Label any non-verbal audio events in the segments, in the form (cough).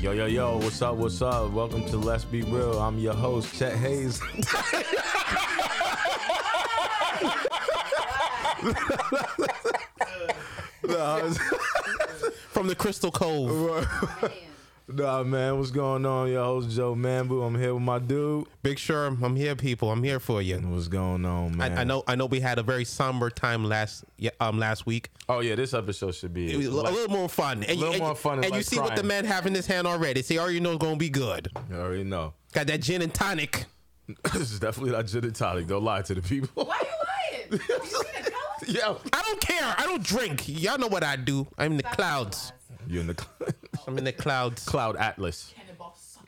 Yo, yo, what's up? What's up? Welcome to Let's Be Real. I'm your host, Chet Hayes. (laughs) nah, From the Crystal Cove, nah, man, what's going on? Your host, Joe Mambu. I'm here with my dude. Big Sherm, I'm here, people. I'm here for you. What's going on, man? I, I know. I know. We had a very somber time last ye- um last week. Oh, yeah, this episode should be. It was a li- a little more fun. And little you, and more you- fun And, and you less see what the crying. man have in his hand already. See, already know it's gonna be good. you already know. (laughs) Got that gin and tonic. this is definitely not gin and tonic. Don't lie to the people. Why you (laughs) lying? You couldn't tell us. yeah. I don't care. I don't drink. Y'all know what I do. I'm in the clouds. You're in the cl- (laughs) I'm in the clouds. Cloud Atlas. Cannibals.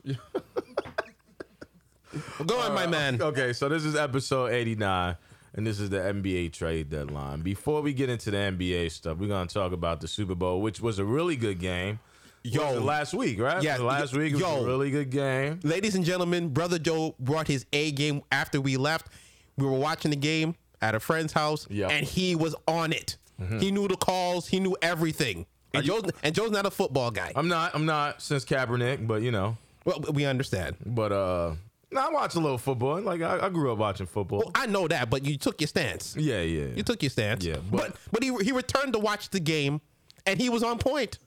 Go on, my man. Okay, so this is episode 89, and this is the NBA trade deadline. Before we get into the NBA stuff, we're going to talk about the Super Bowl, which was a really good game. Yo. Was it last week, right? Yeah, Was it last week it was yo. a really good game. Ladies and gentlemen, brother Joe brought his A game after we left. We were watching the game at a friend's house, Yeah. and he was on it. Mm-hmm. He knew the calls. He knew everything. And Joe's, and Joe's not a football guy. I'm not, I'm not since Kaepernick, but you know, Well, we understand. but uh, no, I watch a little football. Like I, I grew up watching football. I know that, but you took your stance. yeah, yeah. You took your stance. Yeah, but but- but, he he returned to watch the game, and he was on point.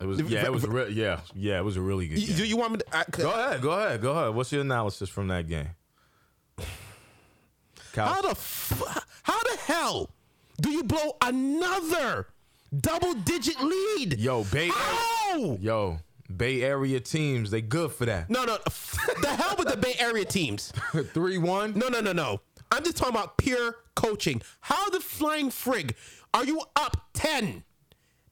it was, yeah, it was, re- yeah, yeah, it was a really good. You- Game. Do you want me to? I, go ahead, go ahead, go ahead. What's your analysis from that game? (sighs) Kyle- How the f- how the hell do you blow another double digit lead? Yo, Bay How? Yo, Bay Area teams, they good for that. No, (laughs) no. f- the hell with the Bay Area teams. (laughs) Three one. No, no, no, no. I'm just talking about pure coaching. How the flying frig are you up 10?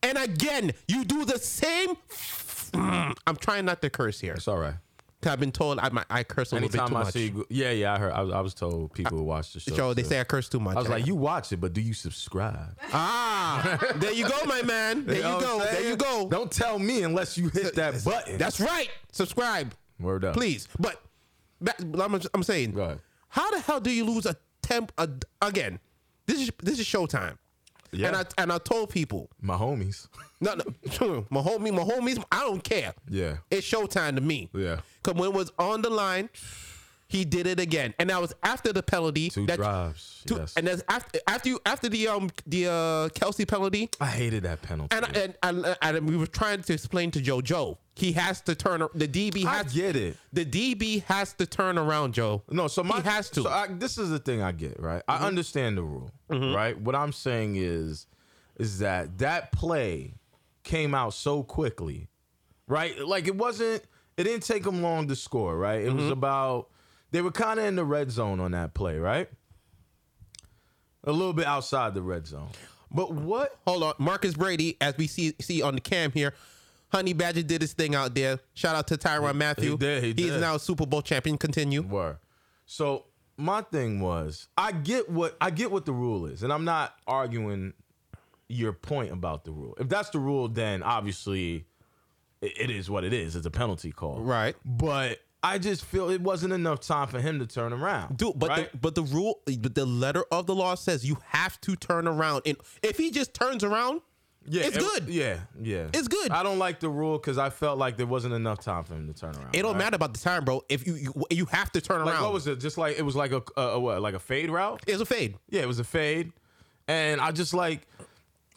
And again, you do the same. f- Mm, I'm trying not to curse here. It's all right. 'Cause I've been told I, my, I curse a little bit Anytime too I much. see, yeah, yeah, I heard. I, was- I was told people who watch the show. Yo, they too. say I curse too much. I was like, you watch it, but do you subscribe? (laughs) ah, there you go, my (laughs) man. There you know what I'm go. There saying? you go. Don't tell me unless you hit that button. That's right. Subscribe, word up. please. But that, I'm, I'm saying, Go ahead. how the hell do you lose a temp a, again? This is this is Showtime. Yeah. And I and I told people my homies. (laughs) No, no, true. (laughs) my homie, my homies, I don't care. Yeah. It's showtime to me. Yeah. Cause when it was on the line, he did it again, and that was after the penalty. Two that, drives. two- yes. and that's after after you after the um the uh Kelsey penalty, I hated that penalty. and I, and, I, and we were trying to explain to Joe Joe he has to turn ar- the DB I has get it. the DB has to turn around Joe. No, so my He has to. Mm-hmm. So I, this is the thing I get right. I understand the rule, right? What I'm saying is, is that that play came out so quickly, right? Like it wasn't. It didn't take them long to score, right? It Mm-hmm. was about they were kind of in the red zone on that play, right? A little bit outside the red zone, but what? Hold on, Marcus Brady, as we see see on the cam here, Honey Badger did his thing out there. Shout out to Tyron Matthew. did, he is did. now a Super Bowl champion. Continue. Were. So my thing was, I get what I get what the rule is, and I'm not arguing your point about the rule. If that's the rule, then obviously it, it is what it is. It's a penalty call, Right. But I just feel it wasn't enough time for him to turn around, Dude, but right? the, but the rule, but the letter of the law says you have to turn around, and if he just turns around, yeah, it's it- good. Yeah, yeah, It's good. I don't like the rule because I felt like there wasn't enough time for him to turn around. it don't right? matter about the time, bro. If you you, you have to turn Like around, what was it? Just like it was like a, a, a what? Like a fade route? it's a fade. Yeah, it was a fade, and I just like,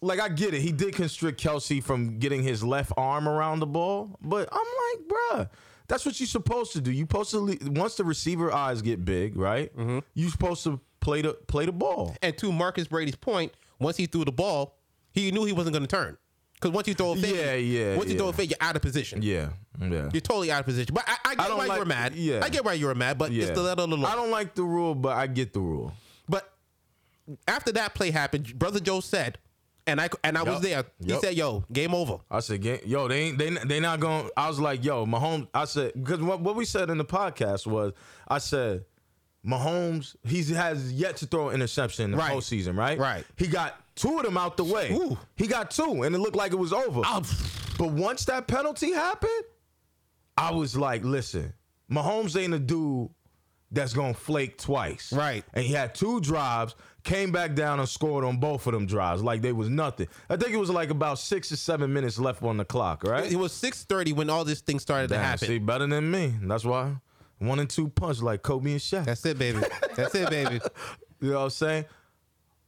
like I get it. He did constrict Kelsey from getting his left arm around the ball, but I'm like, bruh, that's what you're supposed to do. You supposed to le- once the receiver eyes get big, right? Mm-hmm. You supposed to play the play the ball. And to Marcus Brady's point, once he threw the ball, he knew he wasn't going to turn because once you throw a fade, Yeah, yeah, once you throw a yeah. fade, you're out of position. Yeah, yeah. You're totally out of position. But I, I get don't why you like- were mad. yeah. I get why you were mad, but yeah. it's the letter of the law. I don't like the rule, but I get the rule. but after that play happened, Brother Joe said, and I and I Yup. was there. Yup. He said, "Yo, game over." I said, "Gang- yo, they ain't, they they not going. I was like, yo, Mahomes. I said because what, what we said in the podcast was, I said, Mahomes, he has yet to throw an interception in the Right. postseason, right? Right. He got two of them out the way. Ooh. He got two, and it looked like it was over. Oh, But once that penalty happened, I was like, listen, Mahomes ain't a dude that's gonna flake twice. Right. And he had two drives, came back down and scored on both of them drives like they was nothing. I think it was like about six or seven minutes left on the clock, right? It was six thirty when all this thing started to Damn, happen. see, better than me. That's why one and two punch like Kobe and Shaq. That's it, baby. That's it, baby. you know what I'm saying?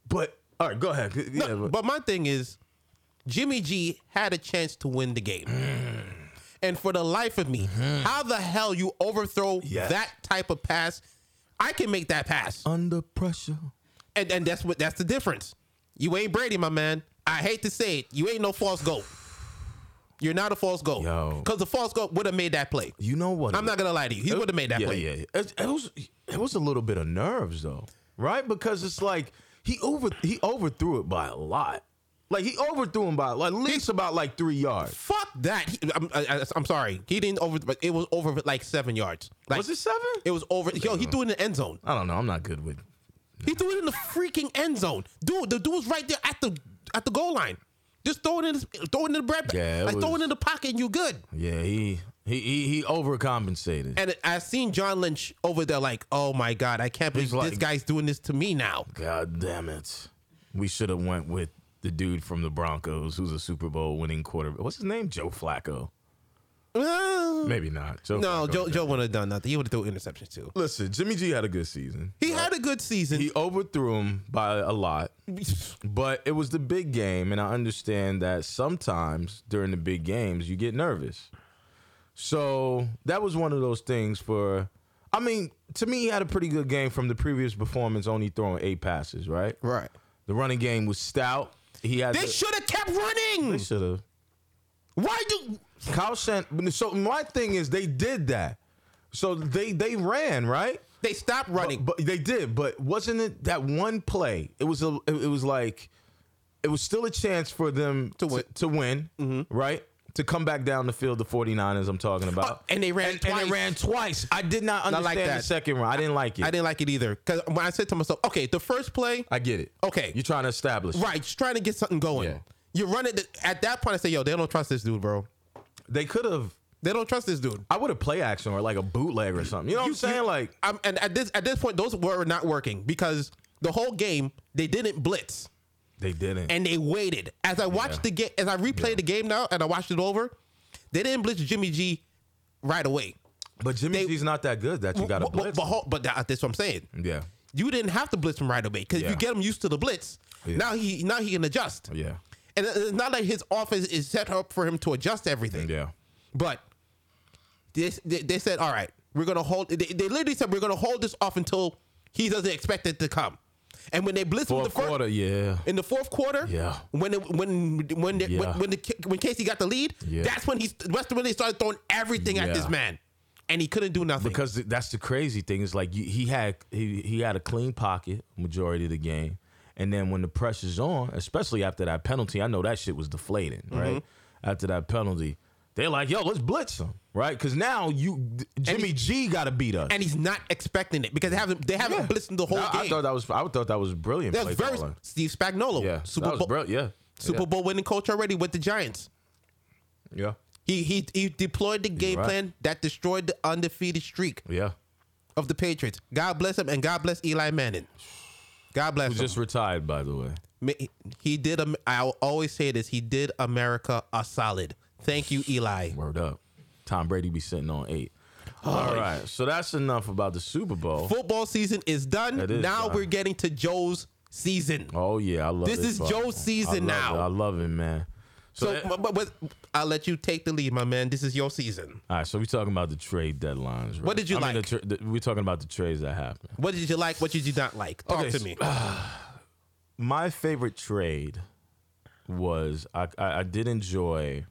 But all right, go ahead. (laughs) Yeah, No, but- but my thing is, Jimmy G had a chance to win the game. Mm. And for the life of me, how the hell you overthrow Mm-hmm. Yes. that type of pass? I can make that pass. under pressure. And and that's what that's the difference. You ain't Brady, my man. I hate to say it. You ain't no false goat. You're not a false goat. Yo. Because the false goat would have made that play. You know what? I'm not gonna lie to you. He would have made that yeah, play. Yeah, yeah. It, it was it was a little bit of nerves though, right? Because it's like he over he overthrew it by a lot. Like he overthrew him by like, at least about like three yards. Fuck that. He, I'm, I, I'm sorry. He didn't over. But it was over like seven yards. Like Was it seven? It was over. Yo, he threw it in the end zone. I don't know. I'm not good with. He threw it in the freaking end zone, dude. The dude was right there at the at the goal line. Just throw it in, his, throw it in the bread, Yeah, it like throw was- it in the pocket, and you good. Yeah, he he he, he overcompensated. And I seen John Lynch over there, like, oh my god, I can't believe He's like- this guy's doing this to (laughs) me now. God damn it! We should have went with the dude from the Broncos, who's a Super Bowl winning quarterback. What's his name? Joe Flacco. Uh, Maybe not. Joe no, Flacco. Joe Joe wouldn't have done nothing. He would have thrown interceptions too. Listen, Jimmy G had a good season. He had a good season. He overthrew him by a lot. But it was the big game, and I understand that sometimes during the big games you get nervous. So that was one of those things for I mean, to me he had a pretty good game from the previous performance, only throwing eight passes, right? right. The running game was stout. He had They the- should have kept running. they should have. Why do? Kyle Shan so my thing is they did that. So they they ran, right? They stopped running. But they did. But wasn't it that one play? It was a. It was like, it was still a chance for them to win. to, win, Mm-hmm. right? To come back down the field, the 49ers I'm talking about. Oh, and they ran And, they twice. ran twice. Uh, I did not understand like the that. second round. I didn't like it. I didn't like it either. Because when I said to myself, okay, the first play, I get it. Okay. You're trying to establish. right, just trying to get something going. Yeah. You run it at that point. I say, yo, they don't trust this dude, bro. They could have. They don't trust this dude. I would have play action or like a bootleg or something. You know what I'm saying? like I'm, and at this at this point, those were not working because the whole game they didn't blitz they didn't. and they waited. As I watched Yeah. the game, as I replayed the game now, and I watched it over, they didn't blitz Jimmy G right away. but Jimmy they- G's not that good that you got to but, blitz. but, but, ho- but that- that's what I'm saying. yeah. You didn't have to blitz him right away because Yeah. you get him used to the blitz. Yeah. Now he now he can adjust. Yeah. And it's not like his offense is set up for him to adjust everything. Yeah. But this, they, they said, all right, we're gonna hold. They, they literally said we're gonna hold this off until he doesn't expect it to come. And when they blitzed him Fourth the first, quarter. Yeah. in the fourth quarter, Yeah. when it, when when they, Yeah. when when, the, when Casey got the lead, Yeah. that's when he that's when they started throwing everything at this Yeah. man, and he couldn't do nothing. because th- that's the crazy thing is like you, he had he, he had a clean pocket majority of the game and then when the pressure's on especially after that penalty i know that shit was deflating Mm-hmm. right after that penalty they're like yo let's blitz him right because now you d- jimmy g gotta beat us and he's not expecting it because they haven't they haven't Yeah. blitzed him the whole I, I game. thought that was i thought that was brilliant That's play very calling. Steve Spagnuolo, yeah Super that was Bowl brilliant yeah Super Bowl winning coach already with the Giants. yeah He he he deployed the game right. plan that destroyed the undefeated streak yeah, yeah. of the Patriots. God bless him and God bless Eli Manning. God bless Who him. just retired by the way Ma- he did. Am- I'll always say this. He did America a solid. Thank you, Eli. word up tom brady be sitting on eight all right so that's enough about the super bowl Football season is done. That is now done. we're getting to Joe's season. Oh yeah, I love This it, is bro. Joe's season I love now. it. I love it, man. So, so, that- but, but, but I'll let you take the lead, my man. This is your season. all right, so we talking about the trade deadlines. Right? What did you I mean, like? the tra- the- we're talking about the trades that happened. What did you like? What did you not like? Talk Okay, uh, to so- me. My favorite trade was I, I, I did enjoy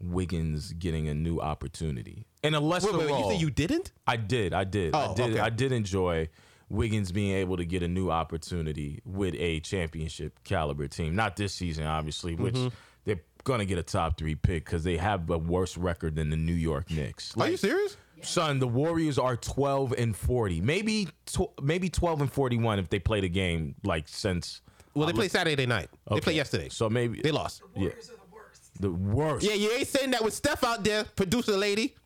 Wiggins getting a new opportunity and a lesser wait, wait, wait, you role. say you didn't? I did, I did, I Oh, did, okay. I did enjoy Wiggins being able to get a new opportunity with a championship caliber team. Not this season, obviously, Mm-hmm. which they're gonna get a top three pick because they have a worse record than the New York Knicks. Are you serious? Son, the Warriors are 12 and 40. Maybe tw- maybe 12 and 41 if they play the game like since Well, they play Saturday night. They play Okay. yesterday. So maybe They lost. Warriors are the worst. the worst. Yeah, you ain't saying that with Steph out there, producer lady.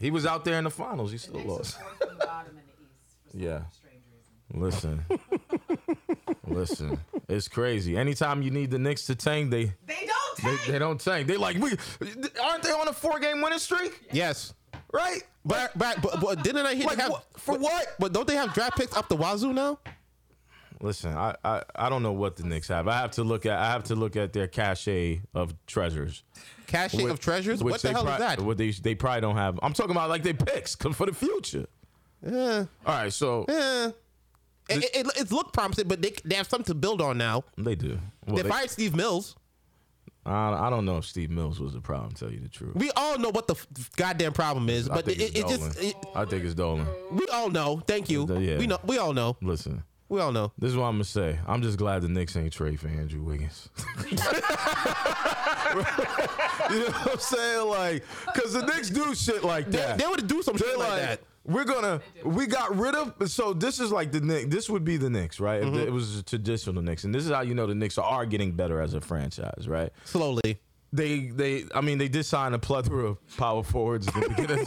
He was out there in the finals. He still Knicks lost. are fourth from the bottom in the Yeah. Listen, listen, (laughs) it's crazy. Anytime you need the Knicks to tank, they They don't they, tank. they don't tank. They like we aren't they on a four game winning streak, Yes. right? But, but, but, but didn't I hear Like, they have, what- for what? But don't they have draft picks up the wazoo now? Listen, I, I I don't know what the Knicks have. I have to look at I have to look at their cachet of treasures. Cachet Which- of treasures? which What the they hell prob- is that? What they they probably don't have. I'm talking about like they picks (laughs) 'cause for the future. Yeah. All right, so Eh. It, it, it, it's looked promising, but they, they have something to build on now. they do. Well, they they- fired Steve Mills. I, I don't know if Steve Mills was the problem. Tell you the truth, We all know what the f- goddamn problem is, I but think it, it's it, it Dolan. just it, I think it's Dolan. we all know. Thank you. Yeah. We know. We all know. Listen, We all know. This is what I'm gonna say. I'm just glad the Knicks ain't trade for Andrew Wiggins. (laughs) you know what I'm saying? Like, cause the Knicks do shit like They, that. they would do some They're shit like, like, that. we're gonna we got rid of so this is like the Knicks. This would be the Knicks, right? Mm-hmm. If it was a traditional Knicks, and this is how you know the Knicks are getting better as a franchise, right? Slowly. they they I mean they did sign a plethora of power forwards at the beginning of the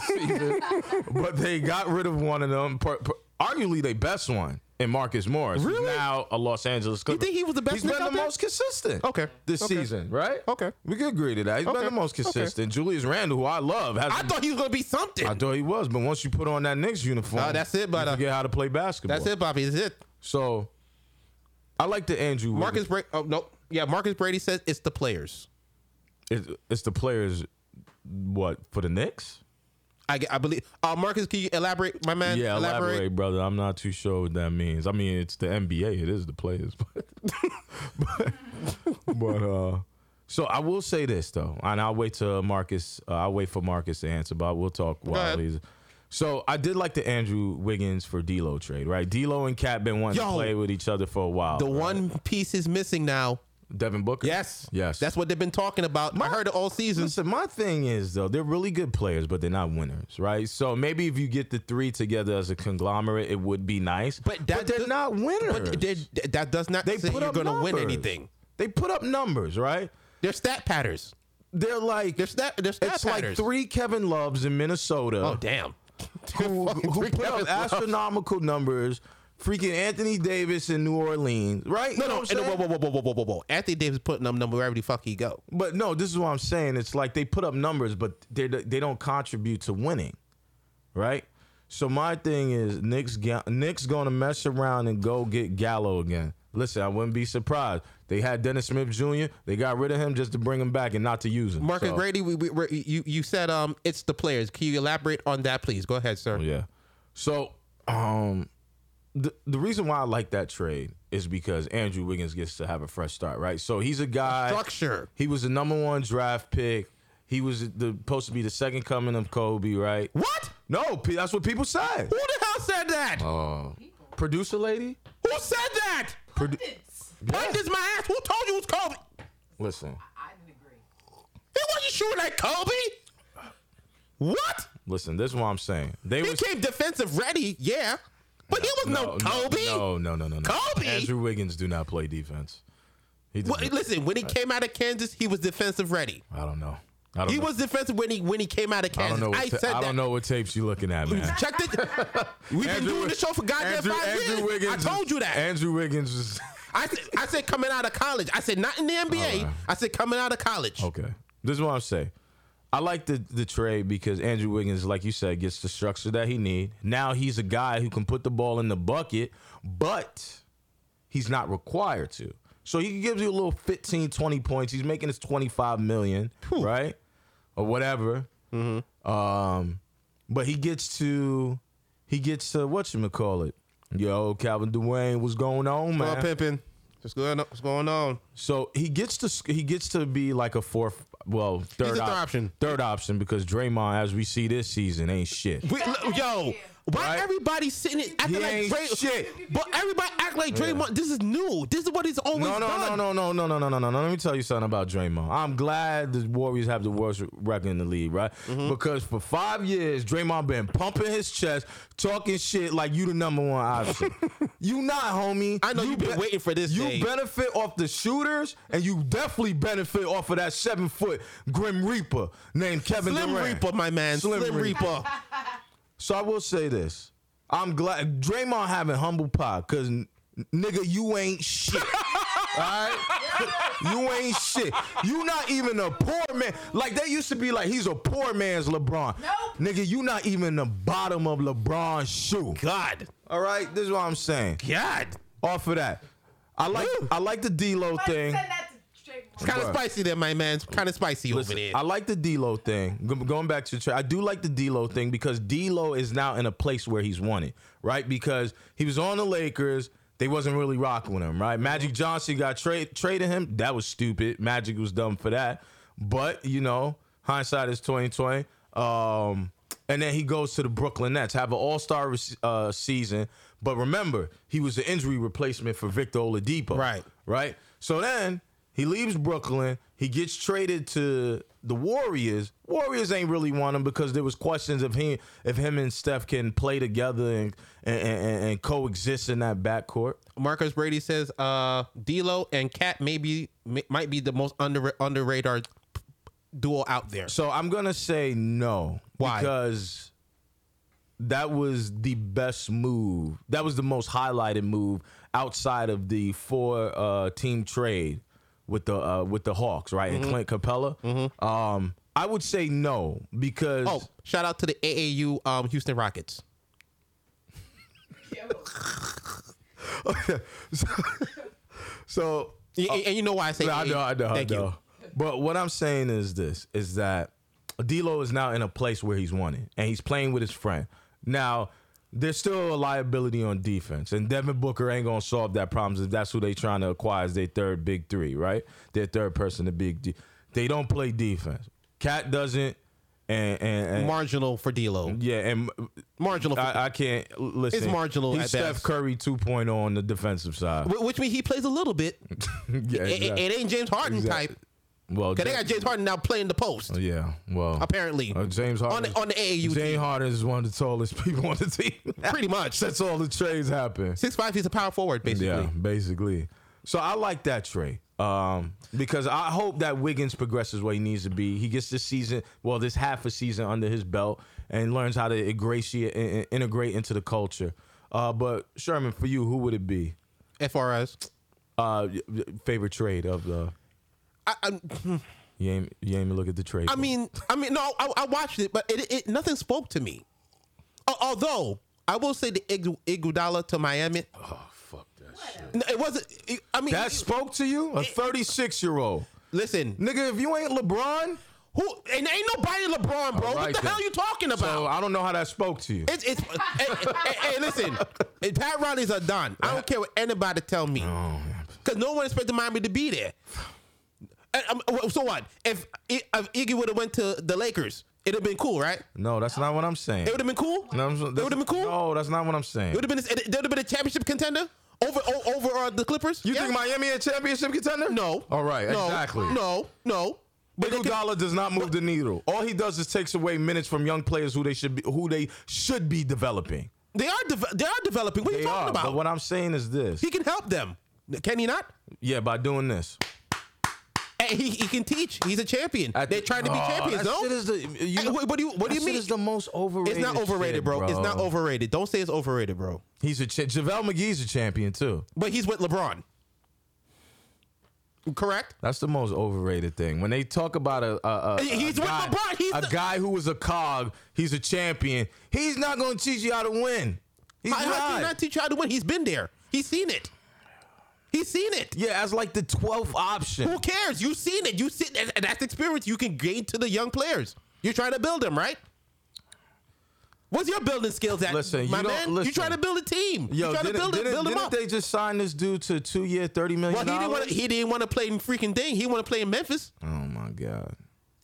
season, (laughs) but they got rid of one of them. par- par- arguably, they best one in Marcus Morris. who's Really? Now a Los Angeles. Clipper. think he was the best He's been Knick the out there? most consistent. Okay. This Okay. season, right? Okay. We could agree to that. He's been Okay. the most Okay. consistent. Julius Randle, who I love, has. I thought he was gonna be something. I thought he was, but once you put on that Knicks uniform, Nah, that's it, but, you uh, forget how to play basketball. That's it, Bobby. That's it. So, I like the Andrew Marcus Brady. Oh no. Yeah, Marcus Brady says it's the players. Wiggins. It's, it's the players. What for the Knicks? I, ge- I believe. Uh, Marcus, can you elaborate, my man? Yeah, elaborate. brother. I'm not too sure what that means. I mean, it's the NBA. It is the players, (laughs) but but, but uh, so I will say this though, and I'll wait to Marcus. Uh, I'll wait for Marcus to answer, but we'll talk while ahead. he's. So I did like the Andrew Wiggins for D'Lo trade, right? D'Lo and Cat been wanting to Yo. play with each other for a while. The right? one piece is missing now. Devin Booker. Yes. yes. That's what they've been talking about. I heard it all season. Listen, my thing is though, they're really good players, but they're not winners, right? So maybe if you get the three together as a conglomerate, it would be nice. But that they're does- not winners. But they, that does not They say put you're up gonna win numbers. anything. They put up numbers, right? They're stat patters. They're like They're stat. They're stat it's like patters. three Kevin Loves in Minnesota Oh damn. who, who three put Kevin up Loves. astronomical numbers. Freaking Anthony Davis in New Orleans, right? You No, know no, what I'm and whoa, saying? whoa, whoa, whoa, whoa, whoa, whoa, whoa. Anthony Davis putting up number wherever the fuck he go. But no, this is what I'm saying. It's like they put up numbers, but they they don't contribute to winning, right? So my thing is Nick's Nick's gonna mess around and go get Gallo again. Listen, I wouldn't be surprised. They had Dennis Smith Jr. They got rid of him just to bring him back and not to use him. Marcus So- Brady, we, we, we, you you said um it's the players. Can you elaborate on that, please? Go ahead, sir. Oh, Yeah. So, um, the the reason why I like that trade is because Andrew Wiggins gets to have a fresh start, right? So he's a guy. Structure. He was the number one draft pick. He was the, supposed to be the second coming of Kobe, right? What? No, P- that's what people say. Who the hell said that? Oh. Producer lady. Who said that? Pundits. Point is my ass. Who told you it was Kobe? Listen, I didn't agree. He wasn't shooting at Kobe. What? listen. This is what I'm saying. They He was came defensive ready, yeah, but he was no, Kobe. No, no, no, no, no. Kobe? Andrew Wiggins do not play defense. He does Well, not- listen, when he came out of Kansas, he was defensive ready. I don't know. I don't He know. was defensive when he when he came out of I don't Kansas. know. What ta- said I that. don't know what tapes you looking at, man. Check (laughs) the. We've been Andrew- doing the show for goddamn five years. I told you that. Andrew Wiggins is I said, I said coming out of college. I said not in the NBA. All right. I said coming out of (laughs) college. okay. This is what I'm saying. I like the the trade because Andrew Wiggins, like you said, gets the structure that he need. Now he's a guy who can put the ball in the bucket, but he's not required to. So he gives you a little 15, 20 points. He's making his 25 million, right? Or whatever. Mm-hmm. Um, but he gets to he gets to whatchamacallit. Yo, Calvin Dwayne, what's going on, man? pimping. What's going on? What's going on? So he gets to sc- he gets to be like a fourth, well, third, a third op- option. third option because Draymond, as we see this season, ain't shit. We, look, yo, why Right? everybody sitting and acting He like ain't Dray? shit. But everybody act like Draymond. This is new. This is what he's always No, no, done. no, no, no, no, no, no, no, no, no. Let me tell you something about Draymond. I'm glad the Warriors have the worst record in the league, right? Mm-hmm. Because for five years, Draymond been pumping his chest, talking shit like you the number one (laughs) option. you not, homie. I know you been waiting for this You day. benefit off the shooters, and you definitely benefit off of that seven foot Grim Reaper named Kevin Slim Durant. Reaper, my man. Slim Slim, Reaper. Reaper. So I will say this. I'm glad Draymond having humble pie because nigga, you ain't shit. All right, you ain't shit. You not even a poor man. Like that used to be like he's a poor man's LeBron. Nope. Nigga, you not even the bottom of LeBron's shoe. God, All right, this is what I'm saying. God, Off of that, I like I like the D'Lo But thing. send that to Draymond. it's kind of Bruh. spicy there, my man. It's kind of spicy over there. I like the D'Lo thing. Go- Going back to the tra- I do like the D'Lo thing because D'Lo is now in a place where he's wanted, right? Because he was on the Lakers, they wasn't really rocking with him, right? Magic Johnson got tra- traded him. That was stupid. Magic was dumb for that. But you know, hindsight is twenty twenty. Um, and then he goes to the Brooklyn Nets, have an All Star uh, season. But remember, he was the injury replacement for Victor Oladipo, Right. right? So then he leaves Brooklyn. He gets traded to the Warriors. Warriors ain't really want him because there was questions of him if him and Steph can play together and and, and, and coexist in that backcourt. Marcus Brady says, uh, D'Lo and Cat maybe m- might be the most under under radar duo out there. So I'm gonna say no. Why? Because that was the best move. That was the most highlighted move outside of the four uh, team trade with the uh, with the Hawks, right? Mm-hmm. And Clint Capella. Um, I would say no because Oh, shout out to the AAU um, Houston Rockets. so Y- and- and you know why Oh. I say I AAU. know, I know, Thank I know. you. But what I'm saying is this: is that D'Lo is now in a place where he's wanted, and he's playing with his friend. Now, there's still a liability on defense, and Devin Booker ain't gonna solve that problem if that's who they trying to acquire as their third big three, right? Their third person, the big. D. They don't play defense. Cat doesn't, and and, and Marginal for D'Lo. yeah, and Marginal. For, I, I can't l- listen. marginal He's at Steph best. Curry 2.0 on the defensive side. (laughs) Wh- which means he plays a little bit. yeah, It- it, exactly. it ain't James Harden Exactly. type. well, Cause they that- got James Harden now playing the post. Yeah, well, Apparently. uh, James On Harden the- on the AAU James team. Harden is one of the tallest (laughs) people on the team. Pretty much. That's all the trades happen. Six five. He's a power forward basically. Yeah, basically. So I like that trade um, because I hope that Wiggins progresses where he needs to be. He gets this season, well, this half a season under his belt, and learns how to ingratiate, in- in- integrate into the culture. Uh, but Sherman, for you, who would it be? FRS. Uh, y- y- favorite trade of the? I, I, You ain't, you ain't even look at the trade. I mean, I mean, no, I, I watched it, but it, it nothing spoke to me. Al- Although I will say the Igu- Iguodala to Miami, oh fuck that shit. no, it wasn't. it- I mean, That spoke to you, a 36 year old. listen, Nigga, if you ain't LeBron, who and ain't nobody LeBron, bro. what Alright the then. hell you talking about? so I don't know how that spoke to you. It's it's hey, hey, hey, listen, Hey, Pat Riley's a don. I don't care what anybody tell Oh, me, because no one expected Miami to be there. And, um, well, so what if, if Iggy would have went to the Lakers? It'd have been cool, right? No, that's not what I'm saying. It would have been cool. No, I'm- it that's- would have been cool. No, that's not what I'm saying. It would have been. It, there would have been a championship contender over o- over uh, the Clippers. You Yeah. think Miami a championship contender? No. All right, No. exactly. No. No. But they could- Iguodala does not move the needle. All he does is takes away minutes from young players who they should be who they should be developing. they are deve- they are developing. What are They you talking are. about? But what I'm saying is this. he can help them. Can he not? yeah, by doing this. And he, he can teach. He's a champion. At the- They're trying to be Oh, champions. that no. shit is the- you Hey, know- wait, what do you What do that you shit mean? is the most overrated. It's not overrated, shit, bro. It's not bro. overrated. Don't say it's overrated, bro. He's a cha- JaVale McGee's a champion too. But he's with LeBron. Correct. That's the most overrated thing. When they talk about a, a, a He's a with guy, LeBron. He's a the- guy who was a cog. He's a champion. He's not going to teach you how to win. He's How, how can not. you not teach you how to win? He's been there. He's seen it. He's seen it. yeah, as like the twelfth option. Who cares? You've seen it. You see and and that's experience you can gain to the young players. You're trying to build them, right? What's your building skills at, Listen, you my don't- man? listen. you trying to build a team. Yo, you trying to didn't, build it, didn't, build them didn't up. they just sign this dude to two year, thirty well, million he didn't want to. He didn't want to play in freaking thing. He want to play in Memphis, oh my god.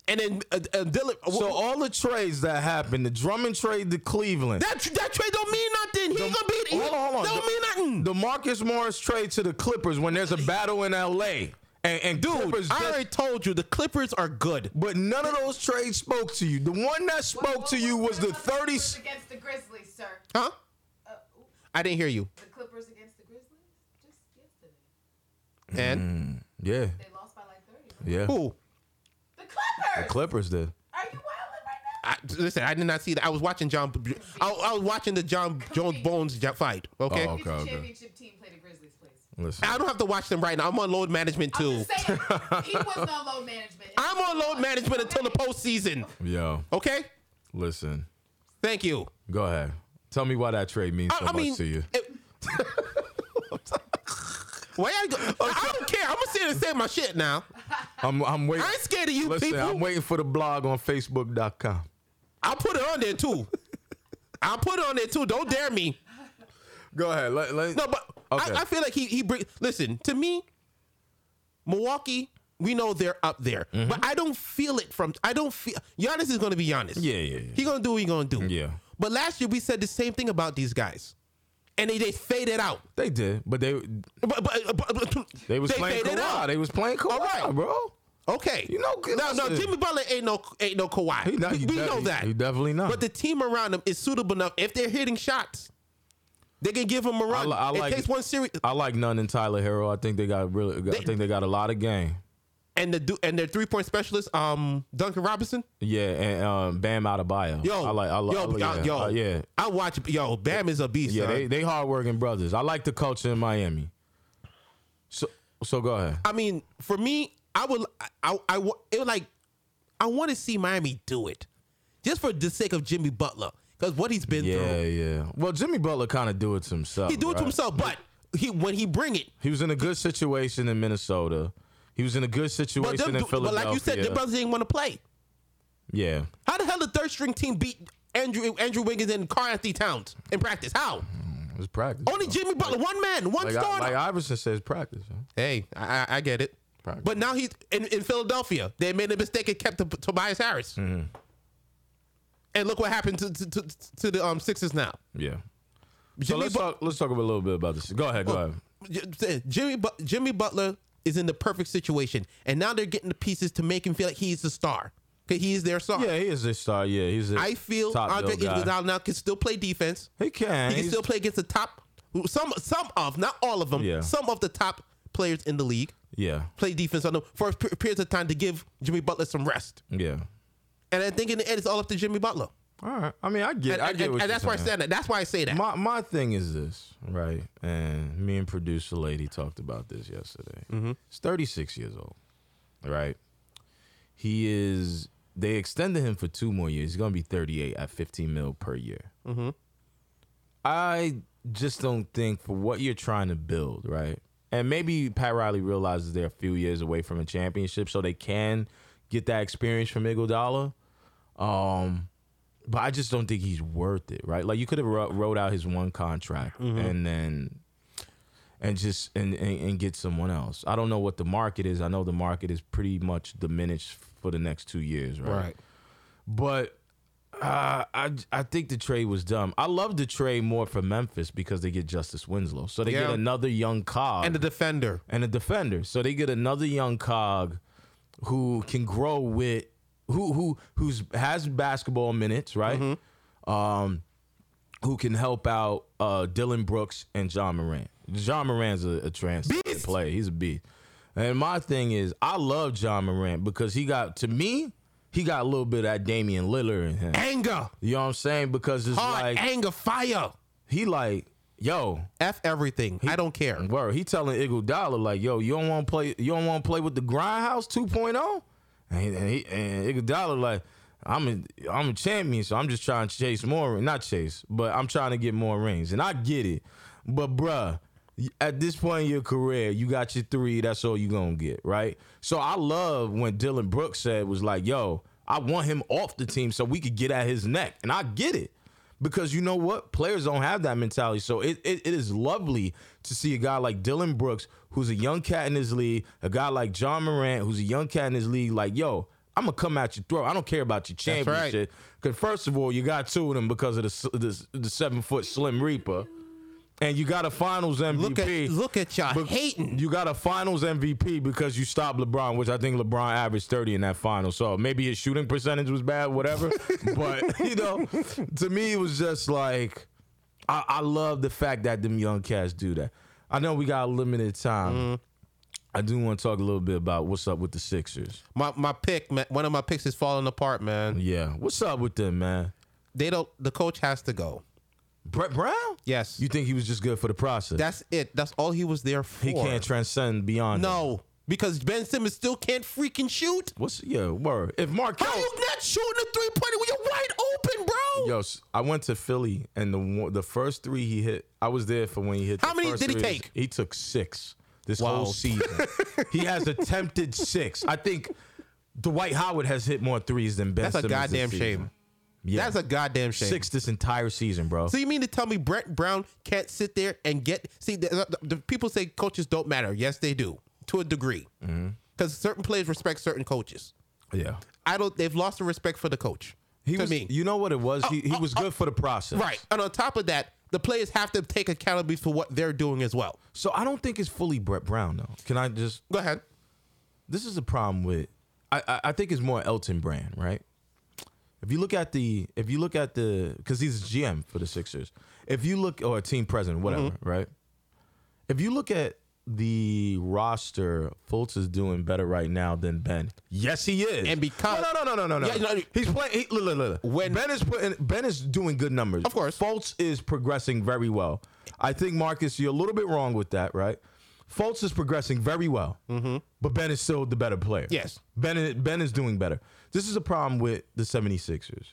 and then uh, uh, Dillard. So all the trades that happened, the Drummond trade to Cleveland, that that trade don't mean nothing. He The- ain't gonna be. He, hold on, hold on. Don't mean nothing. the Marcus Morris trade to the Clippers when there's a battle in L.A. and, and Clippers Dude, I just- already told you the Clippers are good. But none of those trades spoke to you. The one that spoke to you was the 30. Clippers against the Grizzlies, sir. Huh? Uh, ooh, I didn't hear you. the Clippers against the Grizzlies just yesterday. And Mm. Yeah, They lost by like 30. yeah. who? The Clippers. Clippers did. Are you wilding right now? I, listen, I did not see that. I was watching John. I, I was watching the John Jones Bones ja- fight. Okay, Oh, If Okay, the okay. championship team play the Grizzlies, please. Listen, I don't have to watch them right now. I'm on load management I'm too. just saying, he wasn't on load management. I'm on load management until the postseason. yo, Okay, listen. thank you. Go ahead. Tell me why that trade means I, so I much mean, to you. it- (laughs) why I, go, I don't care. I'm gonna sit here and say my shit now. I'm, I'm waiting. I ain't scared of you Listen, people. I'm waiting for the blog on Facebook.com. I'll put it on there (laughs) too. I'll put it on there too. Don't dare me. Go ahead. Let, let, No, but Okay. I, I feel like he he bring. Listen to me, Milwaukee. We know they're up there, Mm-hmm. but I don't feel it from. I don't feel Giannis is going to be Giannis. Yeah, yeah, yeah. He gonna do what he gonna do. Yeah. But last year we said the same thing about these guys, and they they faded out. they did, but they But, but, but- but- they was playing faded Kawhi. out. They was playing Kawhi, right. bro. Okay. You know, no, no. listen. Jimmy Butler ain't no ain't no Kawhi. He not- he we de- know he- that. he definitely not. But the team around him is suitable enough. If they're hitting shots, they can give him a run. li- I like- it takes one series. I like none and Tyler Hero. I think they got really. I think they got a lot of game. and the du- and their three point specialist, um, Duncan Robinson. Yeah, and um, Bam Adebayo. Yo, I like. I like. yo, I like- yo, yo, uh, yeah, I watch. Yo, Bam is a beast. yeah. son. They they hardworking brothers. I like the culture in Miami. So so go ahead. I mean, for me, I would. I, I, I wa- it would like. I want to see Miami do it, just for the sake of Jimmy Butler, because what he's been Yeah, through. yeah. Well, Jimmy Butler kind of do it to himself. He do it right? to himself, but he when he bring it. He was in a good situation in Minnesota. He was in a good But, situation them, in du- but Philadelphia. like you said, the brothers didn't want to play. yeah, How the hell the third string team beat Andrew Andrew Wiggins and Carl Anthony Towns in practice? How? it was practice. Only Jimmy Butler, one man, one like, I, starter. like Iverson says, practice. Huh? Hey, I, I- I get it. Probably. But now he's in, in Philadelphia. They made a mistake and kept Tob- Tobias Harris. Mm-hmm. And look what happened to, to, to, to the um, Sixers now. Yeah. So Jimmy, Oh. let's Bu- talk. Let's talk a little bit about this. Go ahead. Go ahead. J- Jimmy, Bu- Jimmy Butler is in the perfect situation. And now they're getting the pieces to make him feel like he's the star. Because he is their star. Yeah, he is a star. Yeah, he's. A I feel top Andre bill guy. Iguodala now can still play defense. He can. He can He's- still play against the top, some some of, not all of them, Yeah. some of the top players in the league yeah, play defense on them for per- periods of time to give Jimmy Butler some rest. yeah. And I think in the end, it's all up to Jimmy Butler. All right. I mean, I get. And, I and, get what and you're that's why I saying. said that. That's why I say that. My my thing is this, right? And me and producer lady talked about this yesterday. Mm-hmm. He's 36 years old, right? He is. They extended him for two more years. He's gonna be 38 at 15 mil per year. I just don't think for what you're trying to build, right? And maybe Pat Riley realizes they're a few years away from a championship, so they can get that experience from Iguodala. Um, but I just don't think he's worth it, right? Like you could have ro- wrote out his one contract and then and just and, and and get someone else. I don't know what the market is. I know the market is pretty much diminished for the next two years, right? But uh, I I think the trade was dumb. I love the trade more for Memphis because they get Justice Winslow, so they get Yeah. another young cog And the defender. and a defender. So they get another young cog who can grow with who who who's has basketball minutes, right? Um, who can help out uh, Dylan Brooks and John Moran. John Moran's a, a trans player. He's a beast. And my thing is, I love John Moran because he got to me, he got a little bit of that Damian Lillard in him. Anger. You know what I'm saying? Because it's Hard like anger. Fire. he like, yo, F everything. I don't care. Word. He telling Iguodala like, "Yo, you don't want to play. You don't want to play with the Grindhouse 2.0." And, he, and, he, and Iguodala like, "I'm a, I'm a champion, so I'm just trying to chase more. ring- Not chase, but I'm trying to get more rings. And I get it, but bruh." At this point in your career, you got your three. That's all you gonna get, right? So I love when Dylan Brooks said was like, "Yo, I want him off the team so we could get at his neck," and I get it because you know what players don't have that mentality so it, it, it is lovely to see a guy like dylan brooks who's a young cat in his league a guy like john morant who's a young cat in his league like yo i'm gonna come at your throat i don't care about your That's right. championship because first of all you got two of them because of the, s- the, s- the seven foot slim reaper and you got a finals mvp Look at look at y'all but hating. You got a finals MVP because you stopped LeBron, which I think LeBron averaged 30 in that final. So maybe his shooting percentage was bad, whatever. (laughs) but, you know, to me, it was just like, Mm-hmm. I, I love the fact that them young cats do that. I know we got limited time. I do want to talk a little bit about what's up with the Sixers. My my pick, man, one of my picks is falling apart, man. Yeah, what's up with them, man? They don't. The coach has to go. Brett Brown? Yes, You think he was just good for the process? that's it. That's all he was there for. he can't transcend beyond. that. No, because Ben Simmons still can't freaking shoot. What's yeah word? If Markel, How you not shooting a three pointer when you're wide open, bro? yo, s- I went to Philly and the one- the first three he hit, I was there for when he hit. How the many first did he three. take? He took six this Wow. whole (laughs) season. he has attempted six. I think Dwight Howard has hit more threes than Ben. That's a Simmons this goddamn season. shame. Yeah, That's a goddamn shame. six this entire season, bro. So you mean to tell me Brett Brown can't sit there and get? See, the, the, the people say coaches don't matter. Yes, they do to a degree, because Mm-hmm. certain players respect certain coaches. yeah. I don't. They've lost the respect for the coach. He to was, me, Oh, you know what it was. He, he was good for the process, right. And on top of that, the players have to take accountability for what they're doing as well. So I don't think it's fully Brett Brown though. Can I just Go ahead. this is the problem with I, I I think it's more Elton Brand, right? If you look at the if you look at the because he's GM for the Sixers. If you look or team president, whatever, Mm-hmm. right? If you look at the roster, Fultz is doing better right now than Ben. Yes, he is. And because- no, no, no, no, no, no. Yeah, no, he's playing. He, look, look, look. When- Ben is putting, Ben is doing good numbers. Of course. Fultz is progressing very well. I think Marcus, you're a little bit wrong with that, right? Fultz is progressing very well, but Ben is still the better player. Mm-hmm. Yes. Ben is, Ben is doing better. This is a problem with the 76ers.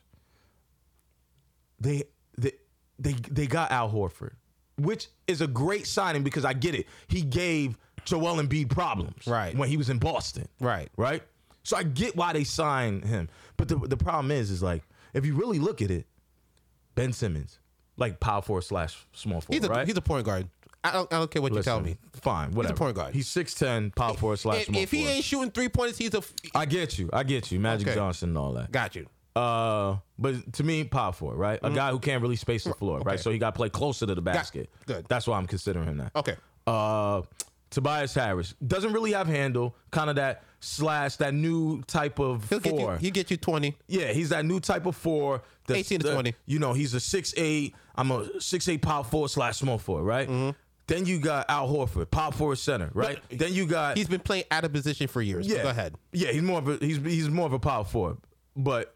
They they they they got Al Horford, which is a great signing because I get it. He gave Joel Embiid problems Right. when he was in Boston. Right. Right? So I get why they signed him. But the the problem is is like if you really look at it, Ben Simmons, like power forward slash small forward, He's a right? he's a point guard. I don't, I don't care what you tell Listen, me. Fine, whatever. point guard. He's six ten, power forward slash If, small if he forward. ain't shooting three pointers, he's a f- I get you. I get you. Magic Okay. Johnson and all that. got you. Uh, but to me, power forward, right? A guy who can't really space the floor, right? Okay. So he got to play closer to the basket. good. That's why I'm considering him that. Okay. Uh, Tobias Harris doesn't really have handle. Kind of that slash, that new type of He'll get four. you. He get you twenty. Yeah, he's that new type of four. The, 18 to the- 20. You know, he's a six eight. I'm a six eight power four slash small four, right? Mm-hmm. Then you got Al Horford, power forward center, right? then you got He's been playing out of position for years. yeah, Go ahead. Yeah, he's more of a he's he's more of a power forward, but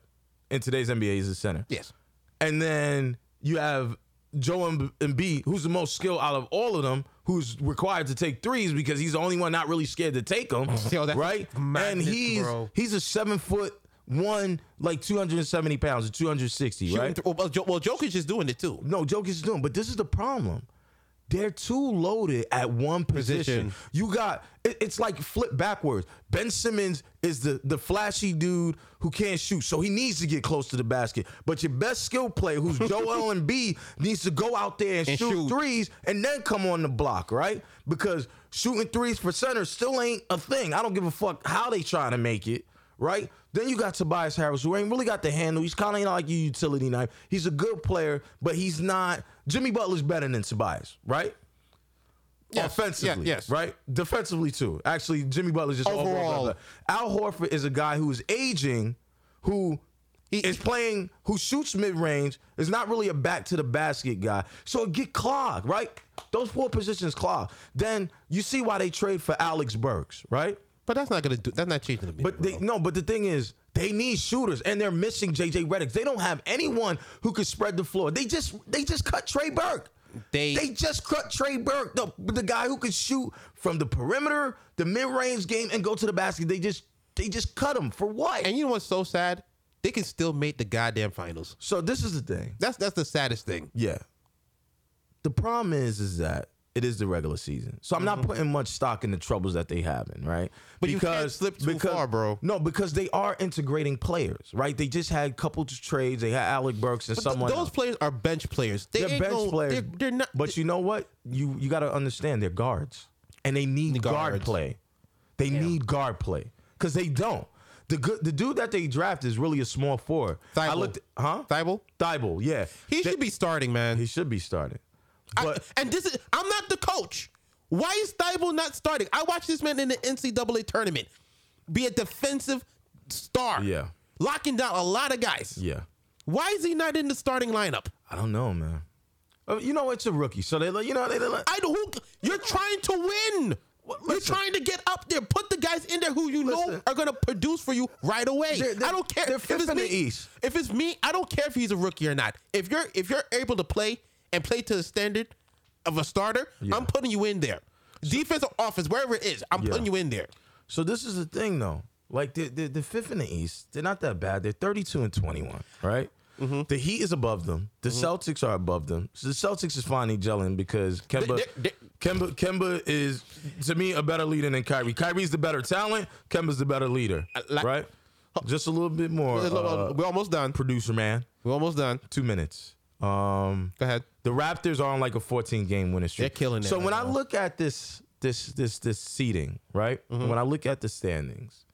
in today's NBA, he's a center. Yes. And then you have Joe Em- Embiid, who's the most skilled out of all of them, who's required to take threes because he's the only one not really scared to take them. (laughs) Yo, that's right? madness, and he's bro. he's a seven foot one, like two hundred and seventy pounds, or two hundred and sixty, Shooting right? th- well, Jo- well, Jokic is doing it too. No, joke is doing, but this is the problem. They're too loaded at one position. Position. You got it- it's like flip backwards. Ben Simmons is the the flashy dude who can't shoot, so he needs to get close to the basket. But your best skill player, who's Joel Embiid, needs to go out there and, And shoot, shoot. threes and then come on the block, right? Because shooting threes for center still ain't a thing. I don't give a fuck how they trying to make it, right? Then you got Tobias Harris, who ain't really got the handle. He's kind of like your utility knife. He's a good player, but he's not. Jimmy Butler's better than Tobias, right? Yes. Offensively, Yeah, yes. right? Defensively too. Actually, Jimmy Butler's just overall. Overall. better. Al Horford is a guy who is aging, who He- is playing, who shoots mid range, is not really a back to the basket guy. So it get clogged, right? Those four positions clogged. Then you see why they trade for Alex Burks, right? But that's not gonna do. That's not changing the meter, But they, bro. no, but the thing is, they need shooters, and they're missing JJ Redick. They don't have anyone who could spread the floor. They just they just cut Trey Burke. They- they just cut Trey Burke, the, the guy who could shoot from the perimeter, the mid range game, and go to the basket. They just they just cut him for what? and you know what's so sad? They can still make the goddamn finals. so this is the thing. That's that's the saddest thing. Yeah. The problem is, is that it is the regular season, so I'm not putting much stock in the troubles that they having, right? Mm-hmm. But you can't slip too far, bro. No, because they are integrating players, right? They just had a couple of trades. They had Alec Burks and But th- someone. those else. players are bench players. They They're ain't bench no- players. They're, they're not. But you know what? You you got to understand they're guards, and they need guard Guards. play. They need guard play because they don't. The good the dude that they draft is really a small four. I Thibault. looked, huh? Thibault? Thibault, yeah. he They- should be starting, man. he should be starting. I- But and this is I'm not the coach. Why is Thibault not starting? I watched this man in the NCAA tournament be a defensive star. Yeah. Locking down a lot of guys. yeah. Why is he not in the starting lineup? I don't know, man. Uh, You know, it's a rookie, so they, let- you know, they, they let- I don't. who- You're trying to win. You're trying to get up there. Put the guys in there who you know Listen. are gonna produce for you right away. They're- they're- I don't care they're if fifth it's in me. the East. If it's me, I don't care if he's a rookie or not. If you're if you're able to play and play to the standard of a starter, Yeah. I'm putting you in there. Defense or offense, wherever it is, I'm Yeah. putting you in there. So this is the thing, though. Like the the, the fifth in the East, they're not that bad. They're thirty two and twenty one, right? Mm-hmm. The Heat is above them. The Celtics are above them. So the Celtics is finally gelling because Kemba, they- Kemba, Kemba is to me a better leader than Kyrie. Kyrie's the better talent. Kemba's the better leader, like- right? Just a little bit more. uh, We're almost done. producer man, We're almost done. two minutes. Um, Go ahead. the Raptors are on like a 14 game winning streak. They're killing it So when right I now. look at this this this this seating, right? Mm-hmm. When I look at the standings,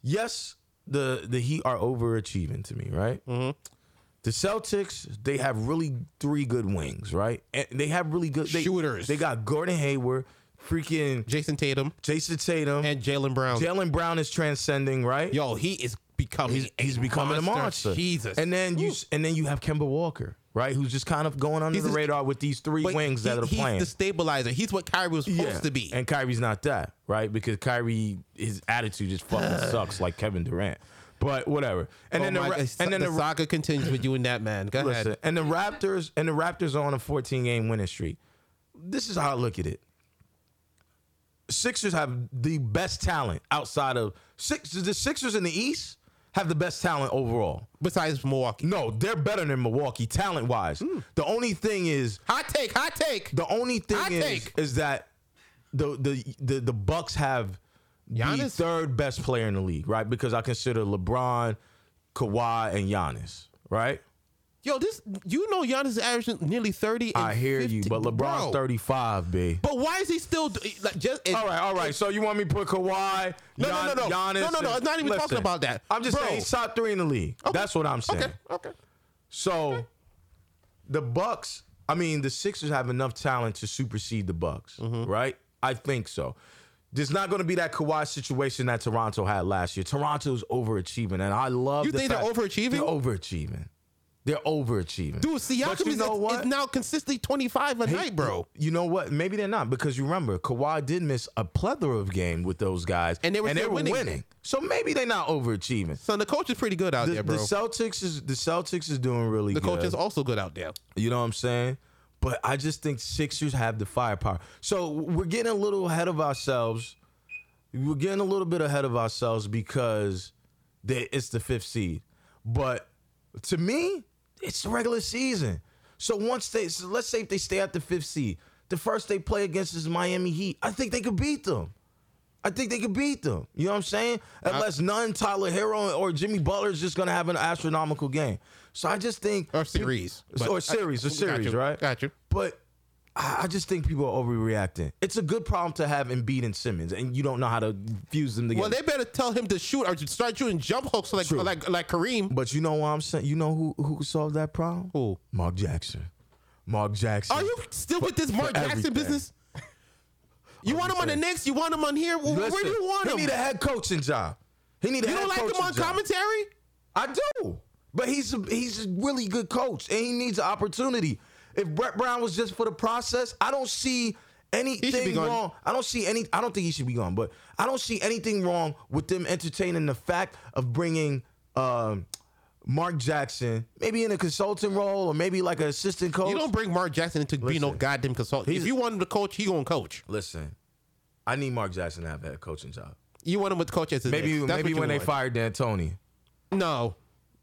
yes, the the Heat are overachieving to me, right? Mm-hmm. The Celtics, they have really three good wings, right? And they have really good they, Shooters. They got Gordon Hayward, freaking Jason Tatum Jason Tatum, and Jalen Brown. Jalen Brown is transcending, right? Yo, he is becoming he's, he's becoming a monster. Jesus. And then you s- and then you have Kemba Walker, right? Who's just kind of going under He's the just- radar with these three But wings he- that are he's playing. the stabilizer. He's what Kyrie was supposed to be. And Kyrie's not that, right? Because Kyrie, his attitude just (sighs) fucking sucks, like Kevin Durant. But whatever. Oh And then the, Ra- and then the, Ra- saga continues with you and that man. Go listen, ahead. and the Raptors and the Raptors are on a 14 game winning streak. This is how I look at it. Sixers have the best talent outside of six. The Sixers in the East have the best talent overall. Besides Milwaukee, No, they're better than Milwaukee talent wise. Mm. The only thing is, hot take, hot take. the only thing Hot is, take. is that the the the, the Bucks have the Giannis? third best player in the league, right? Because I consider LeBron, Kawhi, and Giannis, right? Yo, this you know Giannis is averaging nearly thirty. And I hear you, 50 but LeBron's Bro, thirty Oh, five, b. But why is he still do- like just? All right, all right. So you want me to put Kawhi, No, no, Gian- no, no. Giannis? No, no, no, and- I'm not even talking about that. I'm just Bro. saying he's top three in the league. That's what I'm saying. Okay, okay. So the Bucks, I mean, the Sixers have enough talent to supersede the Bucks, Mm-hmm. right? I think so. There's not going to be that Kawhi situation that Toronto had last year. Toronto's overachieving, and I love. You the think they're fact- overachieving? They're overachieving. They're overachieving. Dude, Siakam But you is, know is- what? is now consistently twenty five a night, bro. You know what? Maybe they're not because you remember Kawhi did miss a plethora of game with those guys, And they were still winning. So maybe they're not overachieving. Son, the coach is pretty good out The, there, the bro. The, Celtics is the Celtics is doing really good. coach is also good out there. You know what I'm saying? But I just think Sixers have the firepower. So we're getting a little ahead of ourselves. We're getting a little bit ahead of ourselves because they, it's the fifth seed. But to me, it's the regular season. So once they, so let's say if they stay at the fifth seed, the first they play against is Miami Heat. I think they could beat them. I think they could beat them. You know what I'm saying? Unless none Tyler Hero or Jimmy Butler is just going to have an astronomical game. So I just think Or series, but- or series, or Got series, you, right? got you. But I I just think people are overreacting. It's a good problem to have Embiid and Simmons, and you don't know how to fuse them together. Well, they better tell him to shoot or to start shooting jump hooks like True. like like Kareem. but you know what I'm saying? You know who who solved that problem? Who? Mark Jackson. Mark Jackson. Are you still with this Mark for Jackson everything. (laughs) business? You want him on the Knicks? You want him on here? Where, where Listen, do you want He him? need a head coaching job. He need a you head don't like him coaching on job. commentary? I do. But he's a, he's a really good coach, and he needs an opportunity. If Brett Brown was just for the process, I don't see anything gone. wrong. I don't see any. I don't think he should be gone, but I don't see anything wrong with them entertaining the fact of bringing um, Mark Jackson, maybe in a consultant role or maybe like an assistant coach. You don't bring Mark Jackson into being no Listen. goddamn consultant. If He's- you want him to coach, he gonna coach. Listen, I need Mark Jackson to have a head coaching job. You want him with coach as his Maybe Knicks. That's maybe what you when they want. fired D'Antoni. No,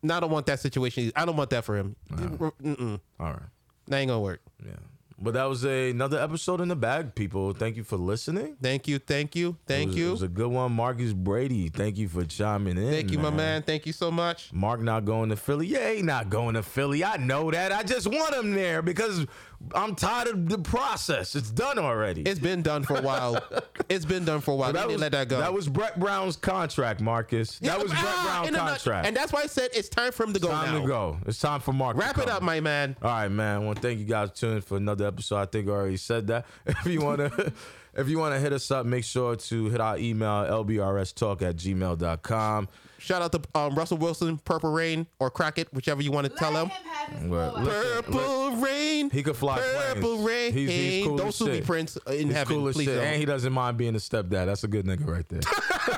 no, I don't want that situation. I don't want that for him. Mm-mm. All right. That ain't gonna work. Yeah. But that was a, another episode in the bag, people. Thank you for listening. Thank you, thank you, It thank was- It you, was a good one, Marcus Brady. Thank you for chiming in. thank you, my man. Thank you so much. Mark not going to Philly. Yeah, he not going to Philly. I know that. I just want him there because I'm tired of the process. It's done already. It's been done for (laughs) a while. it's been done for a while. They didn't was, let that go. That was Brett Brown's contract, Marcus. Yeah, that was ah, Brett in a Brown's nut- contract. and that's why I said it's time for him to go time now. to go. It's time for Mark. to Wrap it come. up, my man. All right, man. Well, thank you guys for tuning in for another episode. I think I already said that. (laughs) If you wanna (laughs) if you wanna hit us up, make sure to hit our email, lbrstalk at gmail.com. Shout out to um, Russell Wilson, Purple Rain, or Crockett, whichever you want to Let tell him. him have his Well, blowout. listen, Purple Rain. He could fly Purple planes. Rain. He's- he's cool don't as sue me, shit. Prince, uh, in He's heaven. cool as please shit, don't. and he doesn't mind being a stepdad. That's a good nigga right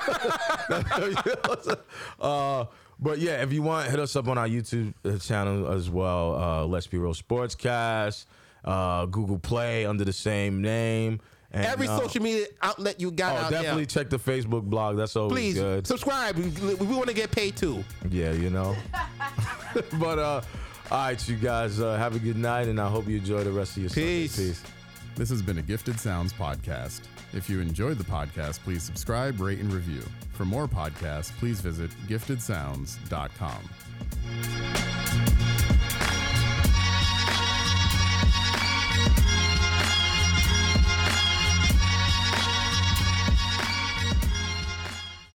(laughs) there. (laughs) uh, but yeah, if you want, hit us up on our YouTube uh, channel as well. Uh, Let's be real sportscast, uh, Google Play under the same name, and, Every uh, social media outlet you got Oh, out definitely there. check the Facebook blog. That's always Please good. subscribe. We, we want to get paid too. (laughs) Yeah, you know. (laughs) but uh, all right, you guys uh, have a good night, and I hope you enjoy the rest of your Sunday. Peace. Peace. This has been a Gifted Sounds podcast. If you enjoyed the podcast, please subscribe, rate, and review. For more podcasts, please visit giftedsounds.com.